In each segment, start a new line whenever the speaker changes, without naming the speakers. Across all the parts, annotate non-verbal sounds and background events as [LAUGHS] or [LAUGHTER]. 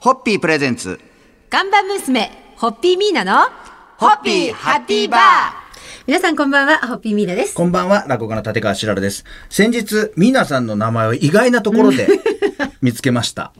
ホッピープレゼンツ。
看板娘、ホッピーミーナの、
ホッピーハッピーバー
皆さんこんばんは、ホッピーミーナです。
こんばんは、落語家の立川しらるです。先日、ミーナさんの名前を意外なところ [LAUGHS] で見つけました。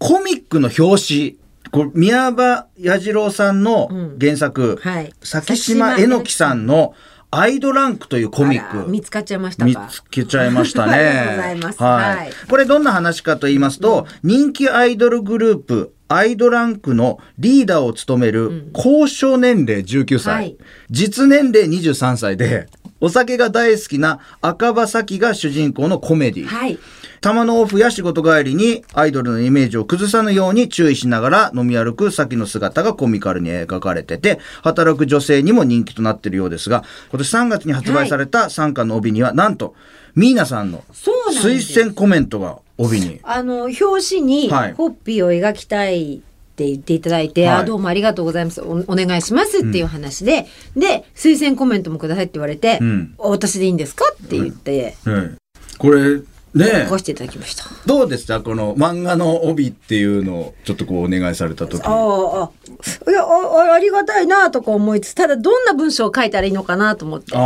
コミックの表紙。これ宮場彌次郎さんの原作、
うんはい
先島えのきさんのアイドランクというコミ
あら
ック。
見つかっちゃいましたか。
見つけちゃいましたね。
ありがとうございま
[LAUGHS]
す
はい。
はい
これどんな話かと言いますと、人気アイドルグループ、アイドランクのリーダーを務める交渉年齢19歳、
はい
実年齢23歳で、お酒が大好きな赤羽咲が主人公のコメディ。
はい。
玉のオフや仕事帰りにアイドルのイメージを崩さぬように注意しながら飲み歩く先の姿がコミカルに描かれてて、働く女性にも人気となっているようですが、今年3月に発売された参加の帯には、なんと、ミーナさんの
そうなんです
推薦コメントが帯に。
あの、表紙に、
はい
ホッピーを描きたいって言っていただいて、
はい
あ、どうもありがとうございます。おお願いしますっていう話で、で、推薦コメントもくださいって言われて、
うん
私でいいんですかって言って、
うんこれ、ね
書かせていただきました。
どうでしたこの漫画の帯っていうのをちょっとこうお願いされた時
あああいやああありがたいなとか思いつつただどんな文章を書いたらいいのかなと思って
あ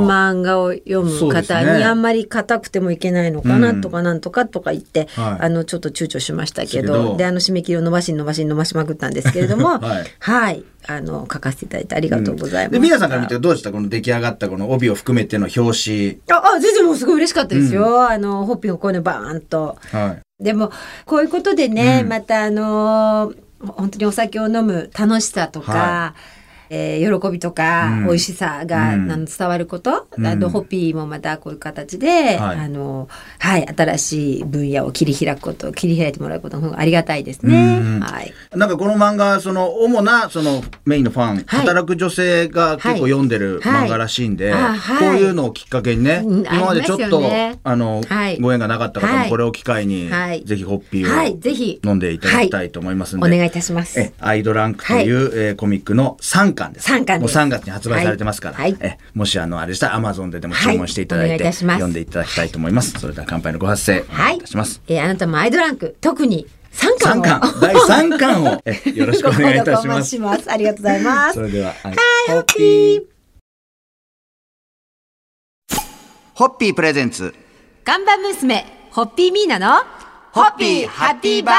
ー
漫画を読む
そうです
方
ね
にあんまり硬くてもいけないのかな
うん
とかなんとかとか言って、
はい
あのちょっと躊躇しましたけ
ですけ
ど
ど
であの締め切りを伸ばし伸ばし伸ばしまくったんですけれども
[LAUGHS] は
はいい、あの書かせていただいてありがとうございます。
で、ミーナさんから見てどうでしたこの出来上がったこの帯を含めての表
ああ全然もうすごい嬉しかったですよ、あのホッピーをこういうのバーンと。
紙。はい。
でもこういうことでね、またあのー本当にお酒を飲む楽しさとか、
は
えー喜びとか、
うん
美味しさが、
うん
あの伝わること、
ん
あとホッピーもまたこういう形で、
はい
あのはい、新しい分野を切り開くこと切り開いてもらうことの方がありがたいです
うん
ね。はい、
なんかこの漫画、その主なそのメインのファン、働く女性が結構読んでる
はい
漫画らしいんで、
はいあはい
こういうのをきっかけにね、
うん
今までちょっ
ありますよ
と、
ね
あの、
はい
ご縁がなかった方
は
も
い
これを機会に、
はい
ぜひホッピ
はい、
ー
ぜひ
を飲んでいただきたいと思いますん
お
で。
願いいたします。
えアイドランクという、えーコミックの3巻です。
三巻
も
で
う
す
3月に発売されてますから、
はいはい
えもしあのあれでしたらアマゾンででも注文していただいて、
はいお願いいたします
読んでいただきたいと思います。それでは乾杯のご発声、
は
お願いいたします。
えーあなたもアイドランク特に3巻
三
を
巻、第3巻をえよろしくお願いいたし
ご購
ま
入
す。
します。ありがとうございます。
それでは、はい、
ホッピー
ホッピープレゼンツ。
看板娘、ホッピーミーナの、
ホッピーハッピーバー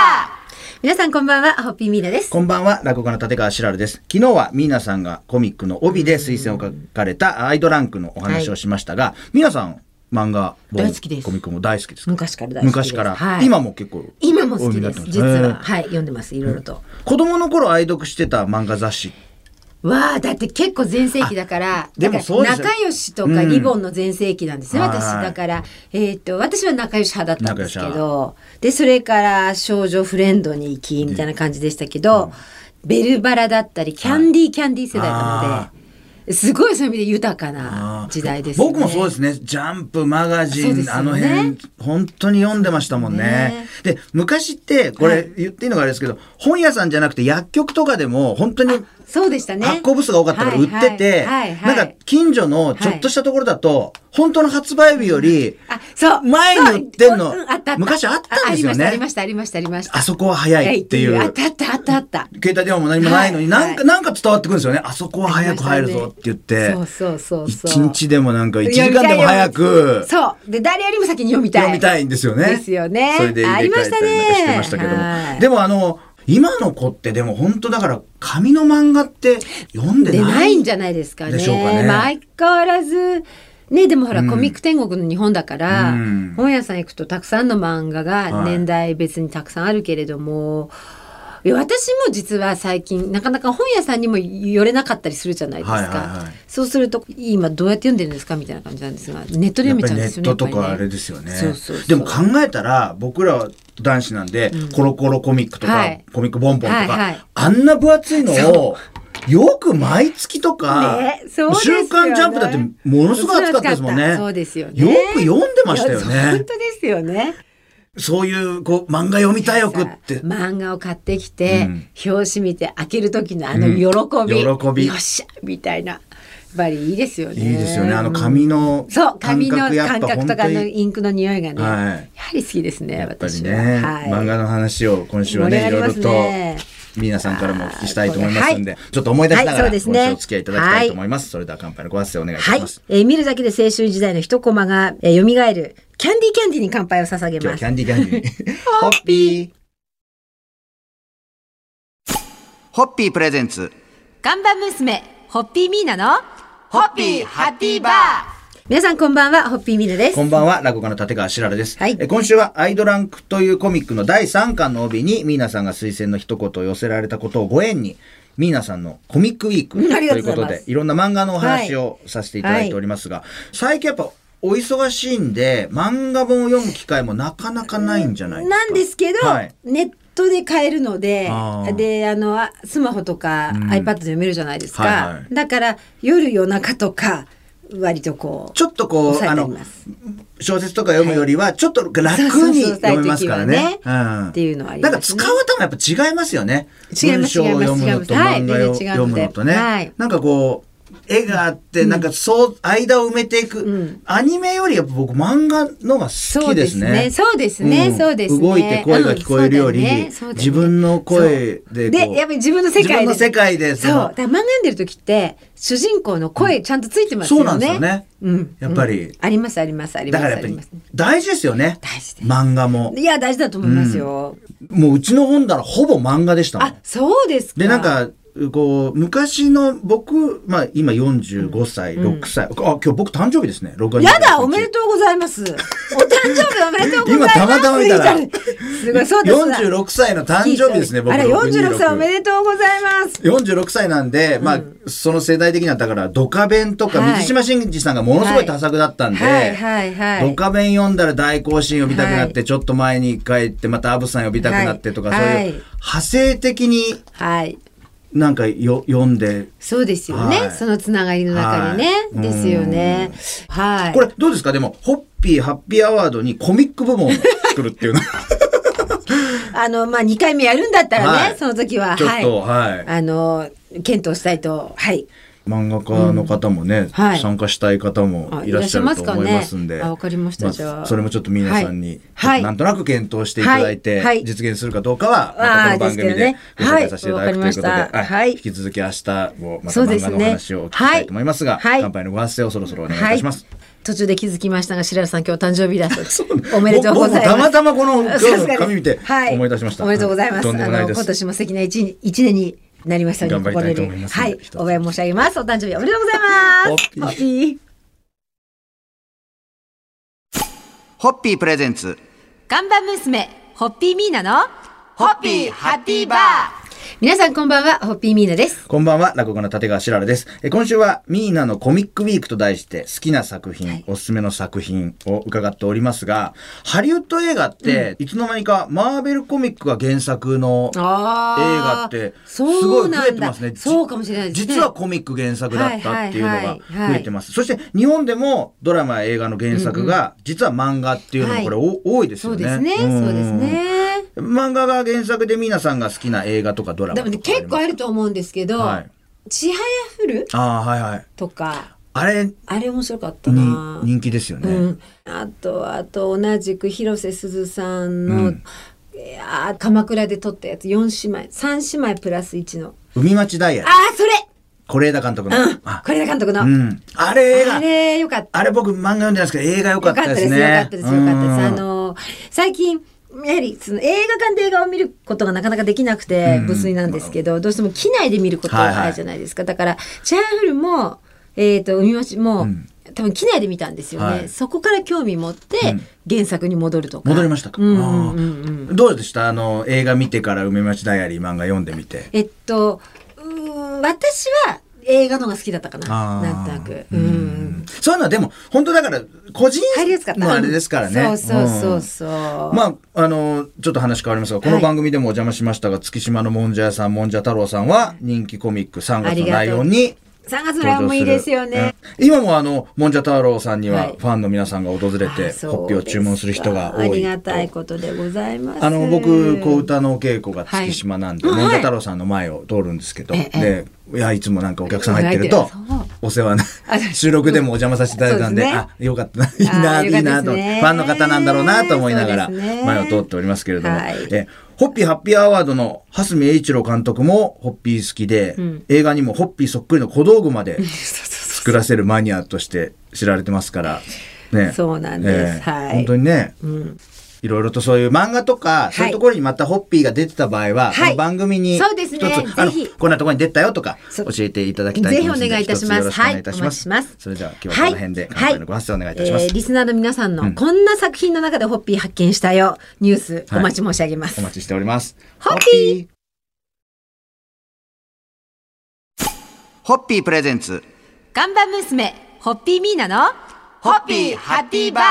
皆さんこんばんは、ホッピーミーナです。
こんばんは、落語家の立川しらるです。昨日はミーナさんがコミックの帯で推薦を書かれたアイドランクのお話をしましたが、ミーナさん、漫画も
大好きです
コミックも大好きですか
昔から大好きです。
昔から、
はい、
今も結構
今も好き
お読
です。
みに
実
なってま
は、
へ
はい、読んでます、いろいろと。
え子供の頃愛読してた漫画雑誌
わあ、だって結構全盛期だから、
でも
だか
そうで
ら
すよ
仲良しとか
うん
リボンの全盛期なんですね、私。
はい
だから、えっ、と、私は仲良し派だったんですけ
仲
ど、で、それから少女フレンドに行き、みたいな感じでしたけど、ベルバラだったり、キャンディーキャンディー世代な
あ
ので、すごいそういう意味で豊かな時代ですね。
僕もそうですね「ジャンプ」「マガジ
そう
ン」
ですよね
あの辺本当に読んでましたもんねで昔ってこ
は
れ
い
言っていいのがあれですけど、本屋さんじゃなくて薬局とかでも本当に
そうでしたね。
発行部数が多かったから売ってて、
はいはいはい
な
はい
んか近所のちょっとしたところだと、本当の発売日より
あ、そう。
前に売ってんの
そううあったあった
昔あったんですよね
あありました、ありました、ありました、あ
あ
りました。
そこは早いっていう、
あったあったあったあった。
携帯電話も何もないのに、
はい
なんか、なんか伝わってくるんですよね。あそこは早く入るぞって言って。
そうそうそうそう。
一日でもなんか、一時間でも早く
そう。で、誰よりも先に読みたい。
読みたいんですよね。
ですよね
それで入れ替えたりなんかしてましたけども。
ありましたねはい
でもあの、今の子ってでも本当だから、紙の漫画って読んで
で
ない。
ないんじゃないですかね。
でしょうかね
まあ相変わらず、ね、でもほら、
うん
コミック天国の日本だから、
うん
本屋さん行くとたくさんの漫画
は
が
い
年代別にたくさんあるけれども、いや私も実は最近なかなか本屋さんにも寄れなかったりするじゃないですか、
はいはいはい
そうすると今どうやって読んでるんですかみたいな感じなんですがネットで
やっ
読め
ぱ
ち
り
ゃうん
ネ
です
ッ
よね
トとか
や
あ
っぱり
れですよね。
そうそうそう
でも考えたら、僕らは男子なんで、コロコロコミックとか、
はい
コミックボンボンとか、
はいはい
あんな分厚いのを、よく毎月とか、
ねそうですよね
週刊ジャンプだってものすごい熱かったですもんね。
そうですよね
よく読んでましたよ
いや
ね
本。当ですよね
そういう、こう、漫画読みたい欲って
さ。漫画を買ってきて、
うん
表紙見て開ける時のあの喜び、
うん喜び
よっしゃみたいなぱりいいですよね。
いいですよね。あの
うん
紙の
そう紙の
や
感
っぱ
覚
本
と
当
かの
に
インクの匂いがね、
はい
やはり好きですね
やっぱり
私
ね、
は、はい、
漫画の話を今週はねい
盛り上
ろ
が
い
り
ろ
ます
と
ね
皆さんからもお聞きしたいと思いますんで、ちょっと思い出しなが
は
ら
いそうで
今
す
週
ね
お付き合いいただきたいと思います、それでは乾杯のご発声お願いいた
はい
します、、
えー見るだけで青春時代の一コマが、えー、蘇るキャンディーキャンディーに乾杯を捧げ
今日
ま
は
す
キャンディーキャンディーに [LAUGHS] ホッピーホッピープレゼンツ
ガンバ娘、ホッピーミーナの、
ホッピーハッピーバー
皆さんこんばんは、ホッピーミーナです。
こんばんは、落語家の立川しららです。
はい
え今週は、アイドランクというコミックの第3巻の帯に、ミーナさんが推薦の一言を寄せられたことをご縁に、ミーナさんのコミックウィークと
うんありが
い
と
う
う
こ
ござ
と
います
で、いろんな漫画のお話をさせていただいておりますが、最近やっぱお忙しいんで、漫画本を読む機会もなかなかないんじゃないですか。
なんですけど、
はい
ネットで買えるので
あー
であのあスマホとか iPad で読めるじゃないですか、
はいはい
だから夜夜中とか割とこう
ちょっとこう、
抑
あ
えてみ
の
ま、す
小説とか読むよりは、ちょっと楽
そう
に
そうそう
読めますからね。
最適はね
ん
っていうのはありま
な
すね
んか使う頭やっぱ違いますよね。
違います
文章を読むのと
違います
漫画を
はい
読むのとね。
はい
なんかこう、絵があって、なんかそう、間を埋めていく、アニメよりやっぱ僕漫画のが好きですね。
そうですねそうですねそうですね
動いて声が聞こえるより、
うんそうだねそうだね
自分の声でこう
でやっぱり自分の世界で
自分の世界で
そうだから漫画読んでる時って主人公の声ちゃんとついてますよね、
そうなんですよね
うん
やっぱり
うんありますありますありま
だか
す
らやっ
あ
ぱ
り
り
ます
大事ですよね。
大事です
漫画も。
いや大事だと思いますよ、
もううちの本棚ほぼ漫画でしたもん
あ。そうですか
で、なんか、こう、昔の僕、まあ今45歳、6歳。あ、今日僕誕生日ですね。6月
やだ
26日
おめでとうござ
[LAUGHS]
います。お誕生日おめでとうございます。
今たまたま見たら
みいなすごい、そうです。
46歳の誕生日ですね、僕。
あら、46歳おめ
とう。
でとうございます。
46歳なんで、まあ、その世代的には、だから、ドカベンとか、
はい
水島新司さんがものすごい多作だったんで、
はいはいはいはい
ドカベン読んだら大行進呼びたくなって、
は
ちょっと前に帰って、またアブさん呼びたくなってとか、
はい
そういう、
はい
派生的に
はい。
なんかよ読んで
そうですよね。
はい
そのつながりの中でね。
はい
ですよね。はい。
これどうですかでも、ホッピーハッピーアワードにコミック部門を作るって
[LAUGHS]
いうのは
あの、まあ、2回目やるんだったらね、
はい
その時は、
ちょっ
はい。
と、はい。
あの、検討したいと、はい。
漫画家の方もね、
はい
参加したい方もいらっしゃると思いますん
あいらっしゃいますか
で。
ねあわかりましたじゃあ
それもちょっと皆さんに、
はいはい
なんとなく検討していただいて、
はいはい
実現するかどうかは、またこ
あ
の
ー
番組
で
です
け
ご
ど
紹
ね
介させていただくということで、
はいわかりましたはい
引き続き明日もまた
そうで
漫
す
画の
ね
お話をお聞きしたいと思いますが、
はいはい
乾杯のご発声をそろそろお願いいたします。
途中で気づきましたが、白良さん今日誕生日
[LAUGHS]
だと。おめでとうございます。
僕もたまたまこの今日の
[LAUGHS] さすがです
紙見て
は
思い出しました
おめでとうございます。
とんでもない
あの
です
今年も素敵な一日一年になりましたように
頑張りたいと思います
心より
一つ
はい。応援申し上げます。お誕生日おめでとうございます。
ホッピー
ホッピー。
ホッピープレゼンツ。
ガンバ娘、ホッピーミーナの、
ホッピーハッピーバー
皆さんこんばんは、ホッピーミーナです。
こんばんは、落語家の立川しららです。えー今週は、ミーナのコミックウィークと題して、好きな作品、おすすめの作品を伺っておりますが、ハリウッド映画って、いつの間にか、マーベルコミックが原作の映画っ
あー
て、す
そ
ご
う
い増
な
え
ん
て
だ
ますね。じ
そうかもしれないですね。
実はコミック原作だったっていうの
は
が
いはいはいはい
増えてます。そして、日本でも、ドラマや映画の原作が、実は漫画っていうのも、これ、お多いです
そ
よ
う
ね。
ですね、
ん
そうです。ね。
漫画が原作で、ミーナさんが好きな映画とかドラマと
で
かあ
も
り
ね
ます
結構あると思うんですけど、
はい
ちはやふる
ああ、はいはい。
とか、
あれ、
あれ面白かった
に
な。
人気ですよね。
うん、あとあと同じく広瀬すずさんの、いやー鎌倉で撮ったやつ4姉妹3姉妹プラス1の
海町ダイヤ
あ
ル。
あそれ
是枝監督の。
うん
あ、
是枝監督の、
うん。あれ映画。
あ
あれ
れよかった
僕漫画読んでないですけど、映画良かったですね。
よかったですよかっ
う
たです
ん
あのー最近やはりその映画館で映画を見ることがなかなかできなくて無粋なんですけど、どうしても機内で見ることがあるじゃないですか、だからチャイフルも、えー、と海町も、多分機内で見たんですよね、
はい
そこから興味持って原作に戻るとか、
戻りましたか。
うん
あーどうでしたあの、映画見てから海町ダイアリー漫画読んでみて。
えっと、うーん、私は映画のが好きだったかな。
あー
なんとなく。うん。
そういうのはでも、本当だから、個人
入りやすかった。
のあれですからね。
うんそうそうそううんそう。
まあ、あの、ちょっと話変わりますが、この番組でもお邪魔しましたが、月島のもんじゃ屋さん、もんじゃ太郎さんは、人気コミック3月のライオンに
3月ぐらいもいいですよね。
うん今もあのもんじゃ太郎さんに
は
はいファンの皆さんが訪れて、
あそう
ホッピーを注文する人が多い
ありがたいことでございます。
あの僕こう歌のお稽古が月島なんで、
はい
もんじゃ太郎さんの前を通るんですけど、
ええ
でいやいつもなんかお客さん入ってると
入ってるそう
お世話な
あ
収録でもお邪魔させていただいたんで
そうです
あ
ね
よかったないいな
あ
い
ー
いなと
よかったですね
ファンの方なんだろうなと思いながら
そうですね
前を通っておりますけれども、
はい
えホッピーハッピーアワードの蓮見栄一郎監督もホッピー好きで、
ん
映画にもホッピーそっくりの小道具まで
そうそうそう
作らせるマニアとして知られてますから、ね、
そうなんですはい
本当にね、
ん
いろいろとそういう漫画とか、そういうところにまたホッピーが出てた場合は、
は
こ
い
の番組に
そうですね
あの
ぜひ
こんなところに出たよとか
そ
教
う
えていただきたいと思いますので
ぜひお願いいたしま
一つよ
す
ろしくお願いいたします,、
はいお待ちします
それでは今日はこの辺で乾杯のご発声お願いいたします、
えーリスナーの皆さんの、
うん
こんな作品の中でホッピー発見したよニュースお待ち申し上げます、
お待ちしております
ホッピ
ホッピープレゼンツ
ガンバ娘ホッピーミーナの
ホッピーハッピーバー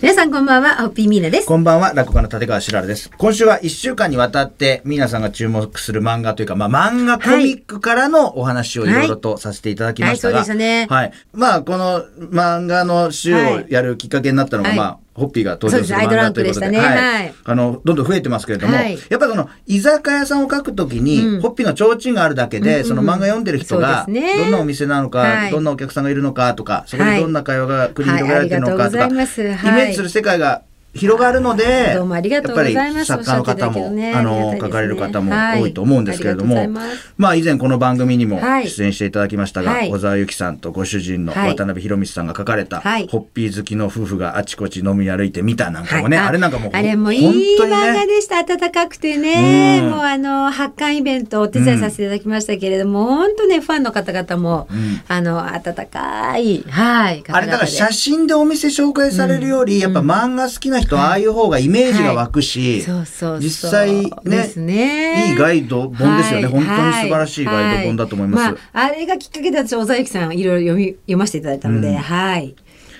皆さんこんばんはホッピーミーナです
こんばんは、落語家の立川しららです。今週は1週間にわたって、皆さんが注目する漫画というか、まあ、漫画コミックからのお話をいろいろとさせていただきましたが、
はいはいそうでしたね
はい。まあ、この漫画の週をやるきっかけになったのが、
はい
まあ、ホッピーが登場する
そうで
漫
すアイドルラ
画
ン
とい
ク
う
で
こと
した
で、
ね
は
はいい。
あの、どんどん増えてますけれども、
はい
やっぱその、居酒屋さんを書くときに、
うん
ホッピーの提灯があるだけで、その漫画読んでる人が、
そうですね
どんなお店なのか、
はい
どんなお客さんがいるのかとか、そこ
は
で
い
どんな会話が繰り広げられてるのかとか、
はいありがとうございます
イ
は
メー
い
ジする世界が広がるので、
どうもありがとうございます
やっぱり作家の方
おっしゃってい
も、
ただけるね
あ
あ
の、
りがたいですね
書かれる方も多いと思うんですけれども、
はいありが
ま
とうございます
あ以前この番組にも
はい
出演していただきましたが、
はい
小沢由紀さんとご主人の
はい
渡辺博道さんが書かれた、
はい
ホッピー好きの夫婦があちこち飲み歩いてみたなんかもね、
はい
あれなんかもう、
あれもいい
本当に
漫画
ね、
でした暖かくてね
うん
もうあの発刊イベントお手伝いさせていただきましたけれども、本当ねファンの方々も、
ん
あの温かいはい方々で
あれだから写真でお店紹介されるより、やっぱ漫画好きな人はああいう方がイメージが湧くし、
そうそうそう
実際ね
ですね
いいガイド本ですよね、
はい
本当に素晴らしいガイド本だと思います。
はまあ、あれがきっかけで私小沢由紀さんいろいろ読み読ませていただいたので、はい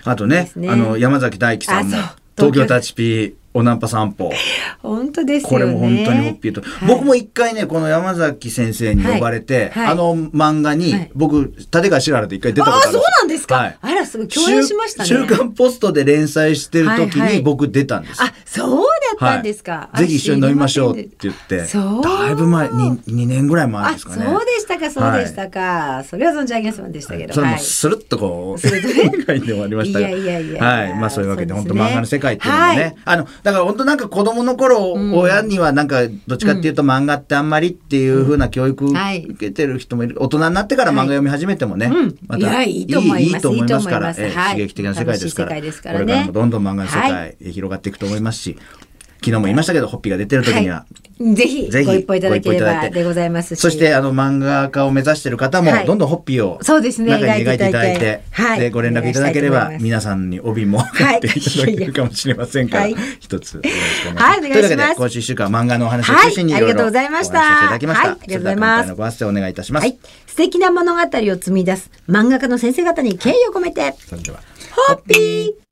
あとね
です、ね
あの、山崎大輝さんも
あそう、
東京タチピー、おナンパ散歩。
本当です
こ
よね
れも本当にホッピーと。
はい
僕も一回ね、この山崎先生に呼ばれて、
はいはい
あの漫画に、
はい
僕、立川志ららで一回出たこと
あ
ある
あそうなんですか、
はい
あらすごい共演しましたね
週週刊ポストで連載してる時
はいは
に
い
僕出たんです。
あそうだ
は
っ
い
たんですか、
ぜひ一緒に飲みましょうって言って、
そう
だいぶ前、に2年ぐらい前
あ
です
そ
か
う
ね。
でしたかそうでしたか、それは存じ上げませんでしたけど、
それも
はい
スルッとこう、
スルッとね
書いて終わりましたが
いやいやいやいや
はい。まあそういうわけで、
そう
本
です
当
ね
漫画の世界っていうのも
は
ね
い、
あの、だから本当なんか子供の頃、親にはなんか、どっちかっていうと漫画ってあんまりっていう風な教育
んはい
受けてる人もいる。大人になってから漫画読み始めてもね
いうん、
ま
い
た
やいいと思います
いいと思いますから、
いいと思
え
います
え
はい
刺激的な世界ですから、これ
楽しい世界ですからね
からもどんどん漫画の世
は
界へ広がっていくと思いますし、昨日も言いましたけど、ホッピーが出てる時には、
い、ぜひ
ぜひ
ご一報いただけれ
ご一報いただい
ば
て
でございますし
そしてあの漫画家を目指してる方も
はい
どんどんホッピーを
そうですね
中に描い
描
て
いて
いた
いた
だ
だ
い
い
て
てはい
でご連絡いただけれ
お
ば
願いしたいと思います
皆さんに帯も
は
買
い
っていただけるかもしれませんから、
はい
一つよろしくお願いします。
はいお願いし
という
ます
わけで今週一週間漫画のお話を中心に
は
い
い
ろいろ
ありがとうございました
お話ししていただきました。
はいありがとうございます
それでは今回のご発声お願いいたします。
はい、素敵な物語を紡ぎ出す漫画家の先生方に敬意を込めて
それでは
ホッピー